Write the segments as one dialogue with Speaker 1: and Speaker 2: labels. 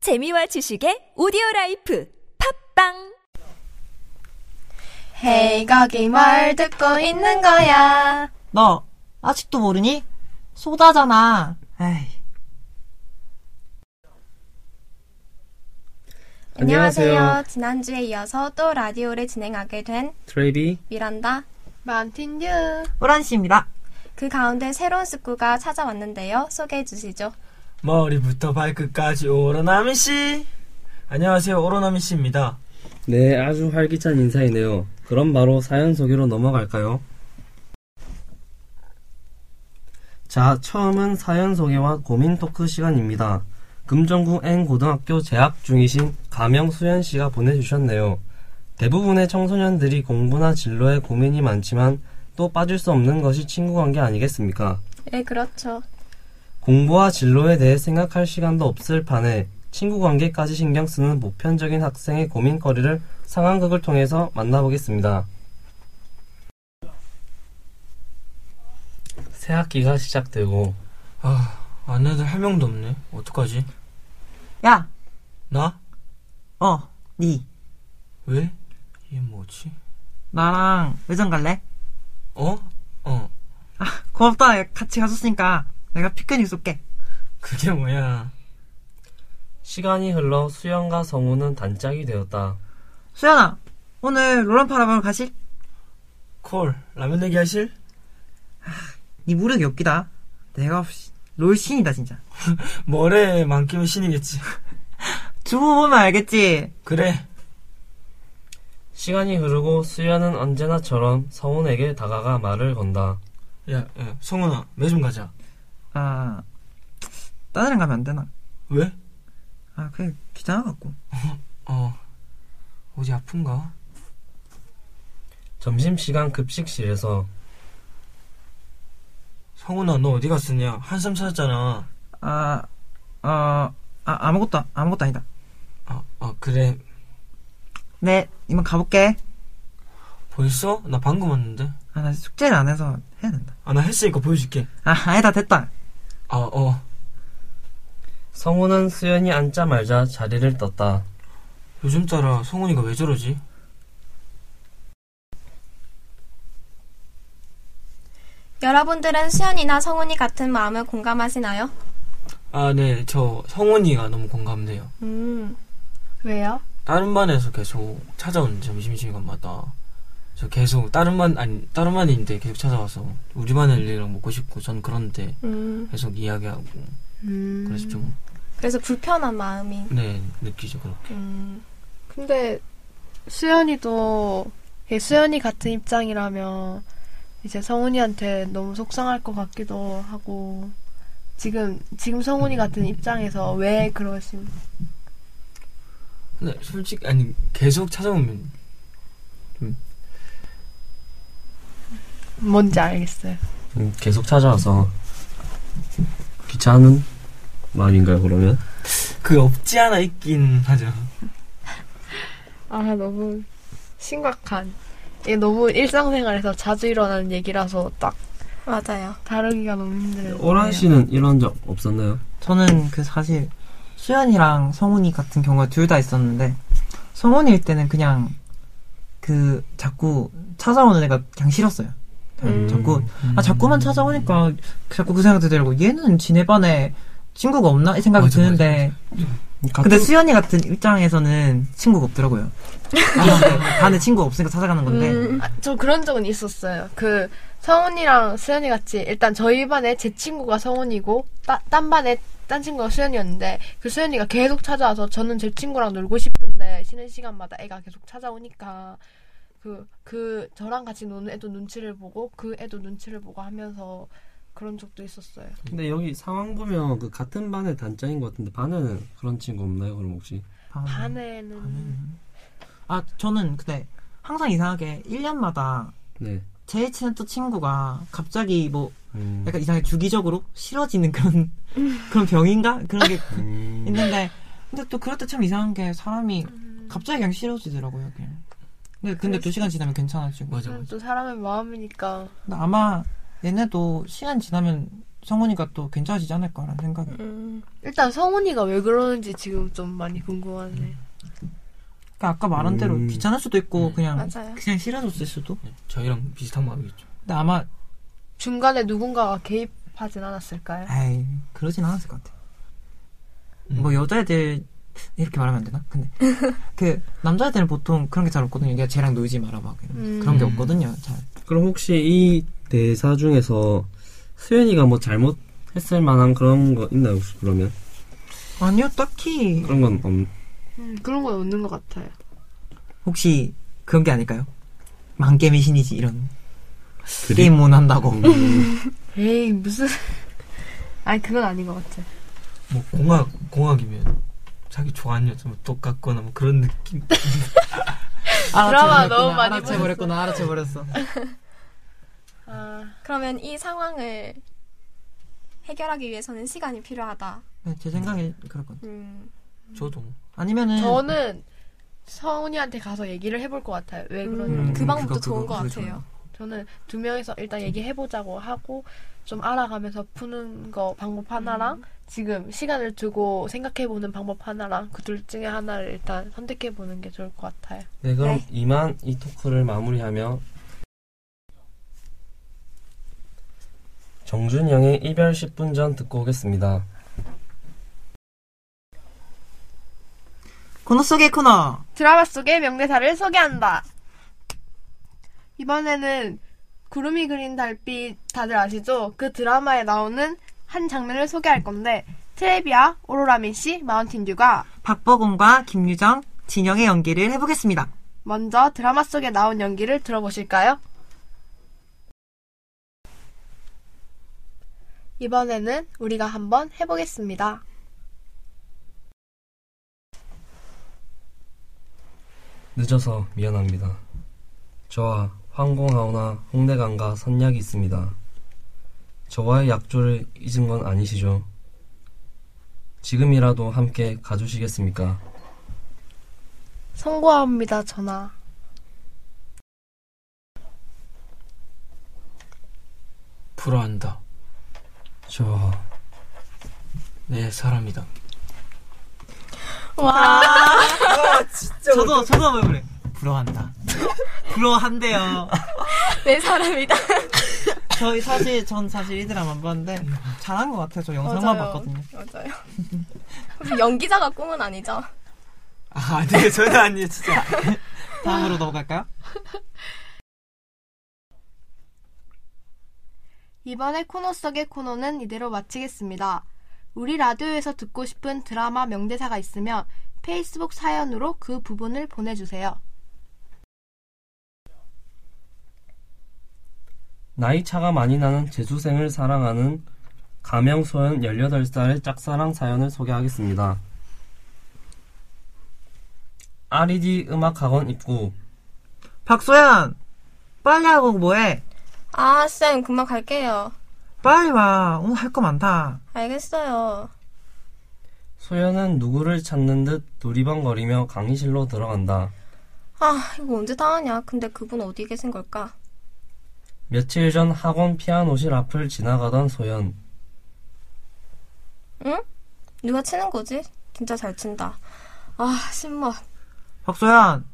Speaker 1: 재미와 지식의 오디오 라이프 팝빵
Speaker 2: 헤이 거기 뭘 듣고 있는 거야
Speaker 3: 너 아직도 모르니? 소다잖아. 에이.
Speaker 2: 안녕하세요 지난주에 이어서 또 라디오를 진행하게 된
Speaker 4: 트레이비
Speaker 2: 미란다
Speaker 5: 만틴듀
Speaker 3: 호란 씨입니다.
Speaker 2: 그 가운데 새로운 식구가 찾아왔는데요 소개해 주시죠
Speaker 6: 머리부터 발끝까지 오로나미 씨. 안녕하세요, 오로나미 씨입니다.
Speaker 4: 네 아주 활기찬 인사이네요 그럼 바로 사연 소개로 넘어갈까요? 자 처음은 사연 소개와 고민 토크 시간입니다 금정구 N 고등학교 재학 중이신 가명 수현 씨가 보내주셨네요 대부분의 청소년들이 공부나 진로에 고민이 많지만 또 빠질 수 없는 것이 친구 관계 아니겠습니까?
Speaker 2: 예 그렇죠
Speaker 4: 공부와 진로에 대해 생각할 시간도 없을 판에 친구 관계까지 신경 쓰는 보편적인 학생의 고민거리를 상황극을 통해서 만나보겠습니다. 새 학기가 시작되고
Speaker 6: 아, 안 애들 할 명도 없네. 어떡하지?
Speaker 3: 야,
Speaker 6: 나?
Speaker 3: 어, 니
Speaker 6: 왜? 이게 뭐지?
Speaker 3: 나랑 의전 갈래?
Speaker 6: 어? 어.
Speaker 3: 고맙다. 야, 같이 가줬으니까 내가 피크닉 쏠게.
Speaker 6: 그게 뭐야?
Speaker 4: 시간이 흘러 수영과 성우는 단짝이 되었다.
Speaker 3: 수연아, 오늘 롤란파라바로 가실?
Speaker 6: 콜, 라면 내기 하실?
Speaker 3: 니 무릎이 엽기다. 내가 없이 롤 신이다 진짜.
Speaker 6: 뭐래, 만끼면 신이겠지.
Speaker 3: 두부 보면 알겠지.
Speaker 6: 그래.
Speaker 4: 시간이 흐르고 수연은 언제나처럼 성훈에게 다가가 말을 건다.
Speaker 6: 야, 야, 성훈아, 매점 가자.
Speaker 3: 아, 다른 애랑 가면 안 되나?
Speaker 6: 왜?
Speaker 3: 아, 그냥 귀찮아 갖고.
Speaker 6: 어. 어디 아픈가?
Speaker 4: 점심시간 급식실에서
Speaker 6: 성훈아, 너 어디 갔었냐? 한숨 찾았잖아.
Speaker 3: 아, 어, 아 아무것도 아무것도 아니다.
Speaker 6: 아, 아, 그래.
Speaker 3: 네, 이만 가볼게.
Speaker 6: 벌써? 나 방금 왔는데.
Speaker 3: 아, 나 숙제를 안 해서 해야 된다.
Speaker 6: 아, 나 했으니까 보여줄게.
Speaker 3: 아, 아니다 됐다.
Speaker 6: 아, 어.
Speaker 4: 성훈은 수연이 앉자말자 자리를 떴다.
Speaker 6: 요즘 따라 성훈이가 왜 저러지?
Speaker 2: 여러분들은 수연이나 성훈이 같은 마음을 공감하시나요?
Speaker 6: 아, 네. 저 성훈이가 너무 공감돼요.
Speaker 2: 음
Speaker 5: 왜요?
Speaker 6: 다른 반에서 계속 찾아오는 점심시간마다 저 계속 다른 반 아니 다른 반인데 계속 찾아와서 우리 반 애들이랑 먹고 싶고 전 그런데
Speaker 2: 음.
Speaker 6: 계속 이야기하고
Speaker 5: 음.
Speaker 6: 그래서 좀 네
Speaker 2: 그래서 불편한 마음이
Speaker 6: 느끼죠 그렇게
Speaker 2: 음.
Speaker 5: 근데 수연이도 이게 수연이 같은 입장이라면 이제 성훈이한테 너무 속상할 것 같기도 하고 지금 지금 성훈이 같은 입장에서 왜 그러신?
Speaker 6: 근데 솔직히 아니 계속 찾아오면
Speaker 5: 뭔지 알겠어요.
Speaker 4: 음, 계속 찾아와서 귀찮은 마음인가요 그러면?
Speaker 6: 그 없지 않아 있긴 하죠
Speaker 5: 아 너무 심각한. 이게 너무 일상생활에서 자주 일어나는 얘기라서 딱
Speaker 2: 맞아요
Speaker 5: 다루기가 너무 힘들어요.
Speaker 4: 오란 씨는 이런 적 없었나요?
Speaker 3: 저는 그 사실 수연이랑 성훈이 같은 경우가 둘 다 있었는데 성훈이일 때는 그냥 그 자꾸 찾아오는 애가 그냥 싫었어요.
Speaker 2: 음.
Speaker 3: 자꾸 아 자꾸만 찾아오니까 자꾸 그 생각도 들고 얘는 지네 반에 친구가 없나 이 생각이
Speaker 6: 맞아,
Speaker 3: 드는데 근데 수연이 같은 입장에서는 친구가 없더라고요. 반에 친구가 없으니까 찾아가는 건데
Speaker 2: 음.
Speaker 5: 아, 저 그런 적은 있었어요. 그 성훈이랑 수연이 같이 일단 저희 반에 제 친구가 성훈이고 따, 딴 반에 딴 친구가 수연이었는데 그 수연이가 계속 찾아와서 저는 제 친구랑 놀고 싶은데 쉬는 시간마다 애가 계속 찾아오니까 그 그 저랑 같이 노는 애도 눈치를 보고 그 애도 눈치를 보고 하면서 그런 적도 있었어요.
Speaker 4: 근데 여기 상황 보면 그 같은 반의 단짝인 것 같은데 반에는 그런 친구 없나요 그럼 혹시?
Speaker 3: 반-
Speaker 5: 아, 반에는
Speaker 3: 아 저는 근데 항상 이상하게 1년마다
Speaker 4: 네.
Speaker 3: 제일 친했던 친구가 갑자기 뭐
Speaker 4: 음.
Speaker 3: 약간 이상하게 주기적으로 싫어지는 그런 그런 병인가 그런 게
Speaker 4: 음.
Speaker 3: 있는데 근데 또 그럴 때 참 이상한 게 사람이
Speaker 2: 음.
Speaker 3: 갑자기 그냥 싫어지더라고요 그냥 근데 근데 또 시간 지나면 괜찮아지고
Speaker 6: 맞아 맞아
Speaker 5: 또 사람의 마음이니까
Speaker 3: 근데 아마 얘네도 시간 지나면 성훈이가 또 괜찮아지지 않을까라는 생각이.
Speaker 2: 음.
Speaker 5: 일단 성훈이가 왜 그러는지 지금 좀 많이 궁금하네.
Speaker 3: 그러니까 아까 말한 대로
Speaker 4: 음.
Speaker 3: 귀찮을 수도 있고 그냥
Speaker 2: 맞아요.
Speaker 3: 그냥 싫어졌을 수도.
Speaker 6: 네, 저희랑 비슷한 마음이겠죠.
Speaker 3: 근데 아마
Speaker 5: 중간에 누군가가 개입하진 않았을까요?
Speaker 3: 에이 그러진 않았을 것 같아.
Speaker 6: 음.
Speaker 3: 뭐 여자애들 이렇게 말하면 안 되나? 근데 그 남자애들은 보통 그런 게 잘 없거든요. 내가 쟤랑 놀지 마라 막 이런
Speaker 5: 음.
Speaker 3: 그런 게 없거든요. 잘.
Speaker 4: 그럼 혹시 이 대사 중에서 수연이가 뭐 잘못했을 만한 그런 거 있나요? 혹시 그러면
Speaker 3: 아니요 딱히
Speaker 4: 그런 건 없.
Speaker 5: 음, 그런 건 없는 것 같아요.
Speaker 3: 혹시 그런 게 아닐까요? 만겜의 신이지 이런
Speaker 4: 그리-
Speaker 3: 게임 못 한다고.
Speaker 4: 음,
Speaker 5: 에이 무슨 아니 그건 아닌 것 같아.
Speaker 6: 뭐 공학 공학이면 자기 좋아하는 여자 뭐 똑같거나 뭐 그런 느낌.
Speaker 5: 드라마 너무 많이
Speaker 3: 알아채 버렸구나. 알아채 버렸어.
Speaker 5: 아,
Speaker 2: 그러면 이 상황을 해결하기 위해서는 시간이 필요하다.
Speaker 3: 네, 제 생각에 그렇거든.
Speaker 2: 음.
Speaker 6: 저도 뭐.
Speaker 3: 아니면은
Speaker 5: 저는 성훈이한테 가서 얘기를 해볼 것 같아요. 왜 그러냐?
Speaker 2: 음, 그 방법도
Speaker 6: 그거,
Speaker 2: 좋은
Speaker 6: 그거,
Speaker 2: 것
Speaker 6: 그거
Speaker 2: 같아요.
Speaker 5: 저는 두 명이서 일단 얘기해보자고 하고 좀 알아가면서 푸는 거 방법 하나랑 지금 시간을 두고 생각해보는 방법 하나랑 그 둘 중에 하나를 일단 선택해보는 게 좋을 것 같아요.
Speaker 4: 네 그럼
Speaker 2: 네.
Speaker 4: 이만 이 토크를 마무리하며 정준이 형의 이별 10분 전 듣고 오겠습니다.
Speaker 3: 코너 속의 코너.
Speaker 5: 드라마 속의 명대사를 소개한다. 이번에는 구름이 그린 달빛 다들 아시죠? 그 드라마에 나오는 한 장면을 소개할 건데 트레비아, 오로라민 씨, 마운틴 듀가
Speaker 3: 박보검과 김유정, 진영의 연기를 해보겠습니다.
Speaker 5: 먼저 드라마 속에 나온 연기를 들어보실까요? 이번에는 우리가 한번 해보겠습니다.
Speaker 4: 늦어서 미안합니다. 저와 황공하오나 홍대강과 선약이 있습니다. 저와의 약조를 잊은 건 아니시죠? 지금이라도 함께 가주시겠습니까?
Speaker 5: 송구합니다, 전하.
Speaker 6: 불화한다.
Speaker 4: 저
Speaker 6: 내 사람이다.
Speaker 3: 아, 저도, 저도 한번 해볼래. 부러워한다. 부러워한대요.
Speaker 2: 내 네, 사람이다.
Speaker 3: 저희 사실, 전 사실 이 드라마 안 봤는데, 잘한 것 같아요. 저 영상만 봤거든요.
Speaker 2: 맞아요. 혹시 연기자가 꿈은 아니죠?
Speaker 6: 아, 아니에요. 저는 아니에요, 진짜.
Speaker 3: 다음으로 넘어갈까요?
Speaker 5: 이번에 코너 속의 코너는 이대로 마치겠습니다. 우리 라디오에서 듣고 싶은 드라마 명대사가 있으면 페이스북 사연으로 그 부분을 보내주세요.
Speaker 4: 나이 차가 많이 나는 재수생을 사랑하는 가명소연 18살의 짝사랑 사연을 소개하겠습니다. RED 음악학원 입구
Speaker 3: 박소연! 빨리 하고 뭐해?
Speaker 2: 아, 쌤, 금방 갈게요.
Speaker 3: 빨리 와. 오늘 할 거 많다.
Speaker 2: 알겠어요.
Speaker 4: 소연은 누구를 찾는 듯 두리번거리며 강의실로 들어간다.
Speaker 2: 아, 이거 언제 다 하냐. 근데 그분 어디 계신 걸까?
Speaker 4: 며칠 전 학원 피아노실 앞을 지나가던 소연.
Speaker 2: 누가 치는 거지? 진짜 잘 친다. 아, 신맛.
Speaker 3: 박소연!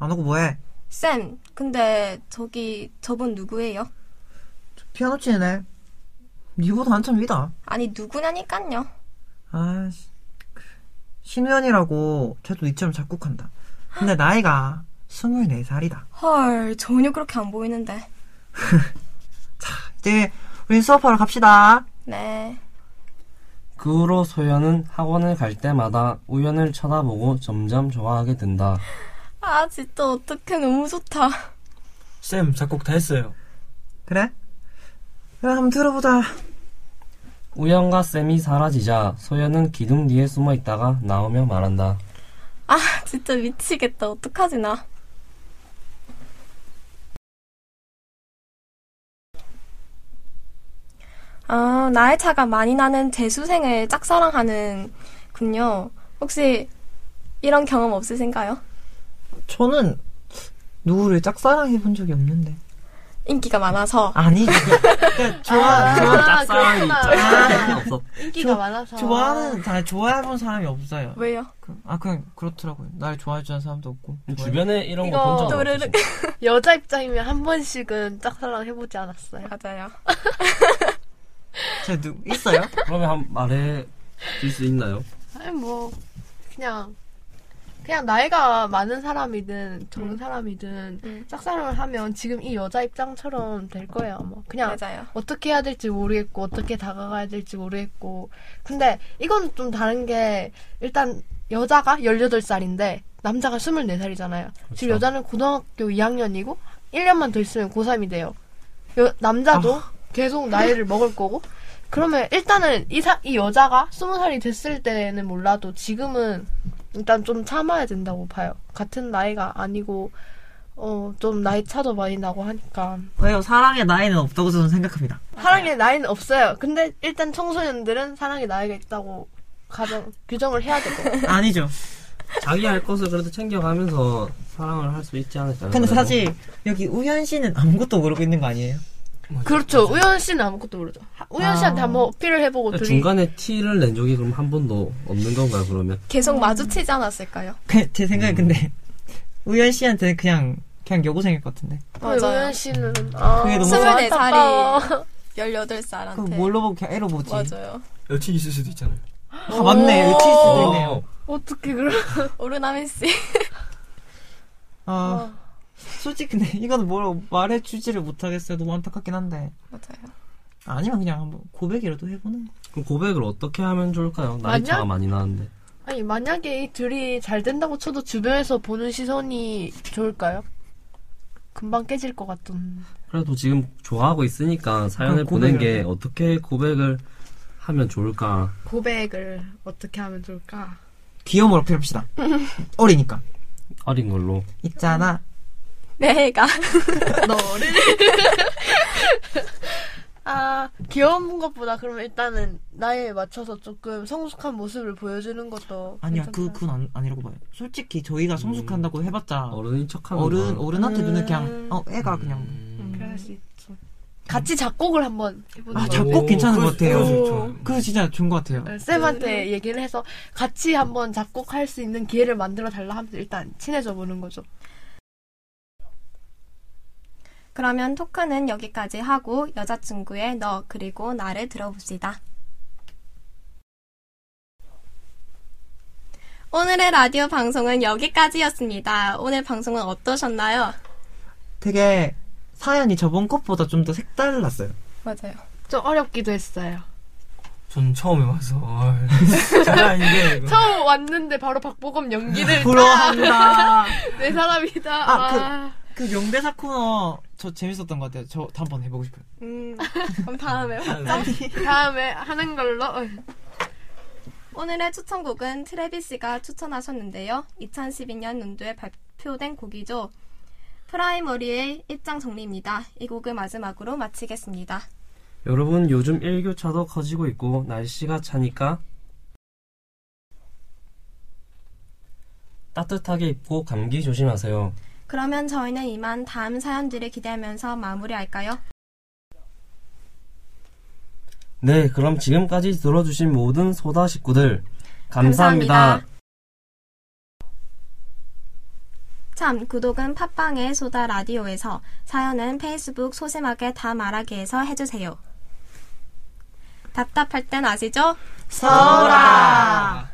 Speaker 3: 안 오고 뭐해?
Speaker 2: 쌤, 근데 저기 저분 누구예요?
Speaker 3: 피아노 치는 애. 니보다 한참 위다.
Speaker 2: 아니 누구냐니깐요.
Speaker 3: 아씨. 신우연이라고 쟤도 이처럼 작곡한다. 근데 나이가 24살이다.
Speaker 2: 헐, 전혀 그렇게 안 보이는데.
Speaker 3: 이제 우린 수업하러 갑시다.
Speaker 2: 네.
Speaker 4: 그 후로 소연은 학원을 갈 때마다 우연을 쳐다보고 점점 좋아하게 된다.
Speaker 2: 아, 진짜 어떡해. 너무 좋다.
Speaker 6: 쌤, 작곡 다 했어요.
Speaker 3: 그래? 그래 한번 들어보자.
Speaker 4: 우연과 쌤이 사라지자 소연은 기둥 뒤에 숨어 있다가 나오며 말한다.
Speaker 2: 아, 진짜 미치겠다. 어떡하지 나. 아, 나의 차가 많이 나는 재수생을 짝사랑하는군요. 혹시 이런 경험 없으신가요?
Speaker 3: 저는 누구를 짝사랑해 본 적이 없는데.
Speaker 2: 인기가 많아서
Speaker 3: 아니 그러니까 좋아 좋아
Speaker 5: 아,
Speaker 4: 짝사랑이
Speaker 5: 그렇구나.
Speaker 4: 짝사랑이 없어.
Speaker 5: 인기가
Speaker 3: 좋아- 아,
Speaker 5: 많아서.
Speaker 3: 좋아하는 잘 좋아해본 사람이 없어요.
Speaker 2: 왜요?
Speaker 3: 그- 아 그냥 그렇더라고요. 날 좋아해주는 사람도 없고
Speaker 4: 네. 음, 주변에 이런
Speaker 5: 이거
Speaker 4: 거 본 적
Speaker 2: 또르륵.
Speaker 4: 없어.
Speaker 5: 여자 입장이면 한 번씩은 짝사랑 해보지 않았어요.
Speaker 2: 맞아요.
Speaker 3: 제 누, 있어요?
Speaker 4: 그러면 한 말해 줄 수 있나요?
Speaker 5: 아니 뭐 그냥 그냥 나이가 많은 사람이든 적은 사람이든
Speaker 2: 음.
Speaker 5: 짝사랑을 하면 지금 이 여자 입장처럼 될 거예요. 뭐 그냥
Speaker 2: 맞아요.
Speaker 5: 어떻게 해야 될지 모르겠고 어떻게 다가가야 될지 모르겠고 근데 이건 좀 다른 게 일단 여자가 18살인데 남자가 24살이잖아요.
Speaker 4: 그렇죠.
Speaker 5: 지금 여자는 고등학교 2학년이고 1년만 더 있으면 고3이 돼요. 여- 남자도 계속 나이를 먹을 거고 그러면 일단은 이, 사, 이 여자가 20살이 됐을 때는 몰라도 지금은 일단 좀 참아야 된다고 봐요. 같은 나이가 아니고 어, 좀 나이 차도 많이 나고 하니까
Speaker 3: 왜요? 사랑의 나이는 없다고 저는 생각합니다.
Speaker 5: 사랑의 나이는 없어요. 근데 일단 청소년들은 사랑의 나이가 있다고 가정 규정을 해야 되고.
Speaker 3: 아니죠.
Speaker 4: 자기 할 것을 그래도 챙겨가면서 사랑을 할 수 있지 않을까.
Speaker 3: 근데
Speaker 4: 그래도.
Speaker 3: 사실 여기 우현 씨는 아무것도 모르고 있는 거 아니에요?
Speaker 5: 그렇죠. 우연 씨는 아무것도 모르죠. 하- 우연 씨한테
Speaker 3: 아.
Speaker 5: 한번 어필을 해보고 둘이
Speaker 4: 뭐 중간에 티를 낸 적이 그럼 한 번도 없는 건가요? 그러면
Speaker 2: 계속 마주치지 않았을까요?
Speaker 3: 그- 제
Speaker 4: 음.
Speaker 3: 생각에 근데 우현 씨한테는 그냥 그냥 여고생일 것 같은데.
Speaker 5: 왜 어, 우연 씨는 아,
Speaker 3: 그게 너무
Speaker 5: 스물네
Speaker 2: 살이.
Speaker 5: 안타까워.
Speaker 2: 18살한테.
Speaker 3: 그 뭘로 보고 그냥 애로 보지.
Speaker 2: 맞아요.
Speaker 6: 여친 있을 수도 있잖아요.
Speaker 3: 아, 맞네.
Speaker 5: 오.
Speaker 3: 유치 수도 있네요.
Speaker 5: 어떻게 그래?
Speaker 2: 오르나민 씨.
Speaker 3: 아,
Speaker 5: 어.
Speaker 3: 솔직히 근데 이건 뭐라고 말해주지를 못하겠어요. 너무 안타깝긴 한데.
Speaker 2: 맞아요.
Speaker 3: 아니면 그냥 한번 고백이라도 해보는 거.
Speaker 4: 그럼 고백을 어떻게 하면 좋을까요? 나이
Speaker 5: 만약-
Speaker 4: 차가 많이 나는데.
Speaker 5: 아니 만약에 이 둘이 잘 된다고 쳐도 주변에서 보는 시선이 좋을까요? 금방 깨질 것 같은.
Speaker 4: 그래도 지금 좋아하고 있으니까 사연을
Speaker 3: 그럼
Speaker 4: 보낸 게
Speaker 3: 고백을.
Speaker 4: 어떻게 고백을 하면 좋을까?
Speaker 5: 고백을 어떻게 하면 좋을까?
Speaker 3: 귀여움을 어필합시다. 어리니까.
Speaker 4: 어린 걸로.
Speaker 3: 있잖아.
Speaker 5: 음,
Speaker 2: 네, 내가 너를.
Speaker 5: 아, 귀여운 것보다 그러면 일단은 나이에 맞춰서 조금 성숙한 모습을 보여주는 것도
Speaker 3: 아니야,
Speaker 5: 괜찮다.
Speaker 3: 그, 그건 안, 아니라고 봐요. 솔직히 저희가 성숙한다고 해봤자
Speaker 4: 음. 어른인 척하는
Speaker 3: 어른,
Speaker 4: 거. 음.
Speaker 3: 어른한테
Speaker 5: 음.
Speaker 3: 눈에 그냥, 어, 애가 그냥.
Speaker 6: 음.
Speaker 5: 그럴 수 있죠. 같이 작곡을 한번 해보는
Speaker 3: 아,
Speaker 5: 거.
Speaker 3: 작곡 괜찮은 것 같아요.
Speaker 6: 그
Speaker 3: 그거 진짜 좋은 것 같아요.
Speaker 5: 음. 쌤한테 얘기를 해서 같이 한번 작곡할 수 있는 기회를 만들어 달라 하면서 일단 친해져 보는 거죠.
Speaker 2: 그러면 토크는 여기까지 하고 여자친구의 너 그리고 나를 들어봅시다. 오늘의 라디오 방송은 여기까지였습니다. 오늘 방송은 어떠셨나요?
Speaker 3: 되게 사연이 저번 것보다 좀 더 색달랐어요.
Speaker 4: 음.
Speaker 2: 맞아요.
Speaker 5: 좀 어렵기도 했어요.
Speaker 6: 전 처음에 와서 아, 장난 아닌데 이거.
Speaker 5: 처음 왔는데 바로 박보검 연기를
Speaker 3: 부러워한다.
Speaker 5: 내 사람이다.
Speaker 3: 아, 그-
Speaker 5: 아.
Speaker 3: 그 명대사 코너 저 재밌었던 것 같아요. 저 다음번 해보고 싶어요.
Speaker 2: 음, 그럼 다음에.
Speaker 5: 다음에 하는 걸로.
Speaker 2: 오늘의 추천곡은 트래비 씨가 추천하셨는데요. 2012년 연도에 발표된 곡이죠. 프라이머리의 입장 정리입니다. 이 곡을 마지막으로 마치겠습니다.
Speaker 4: 여러분 요즘 1교차도 커지고 있고 날씨가 차니까 따뜻하게 입고 감기 조심하세요.
Speaker 2: 그러면 저희는 이만 다음 사연들을 기대하면서 마무리할까요?
Speaker 4: 네, 그럼 지금까지 들어주신 모든 소다 식구들 감사합니다.
Speaker 2: 감사합니다. 참, 구독은 팟빵의 소다 라디오에서, 사연은 페이스북 소심하게 다 말하기에서 해주세요. 답답할 땐 아시죠?
Speaker 3: 서라.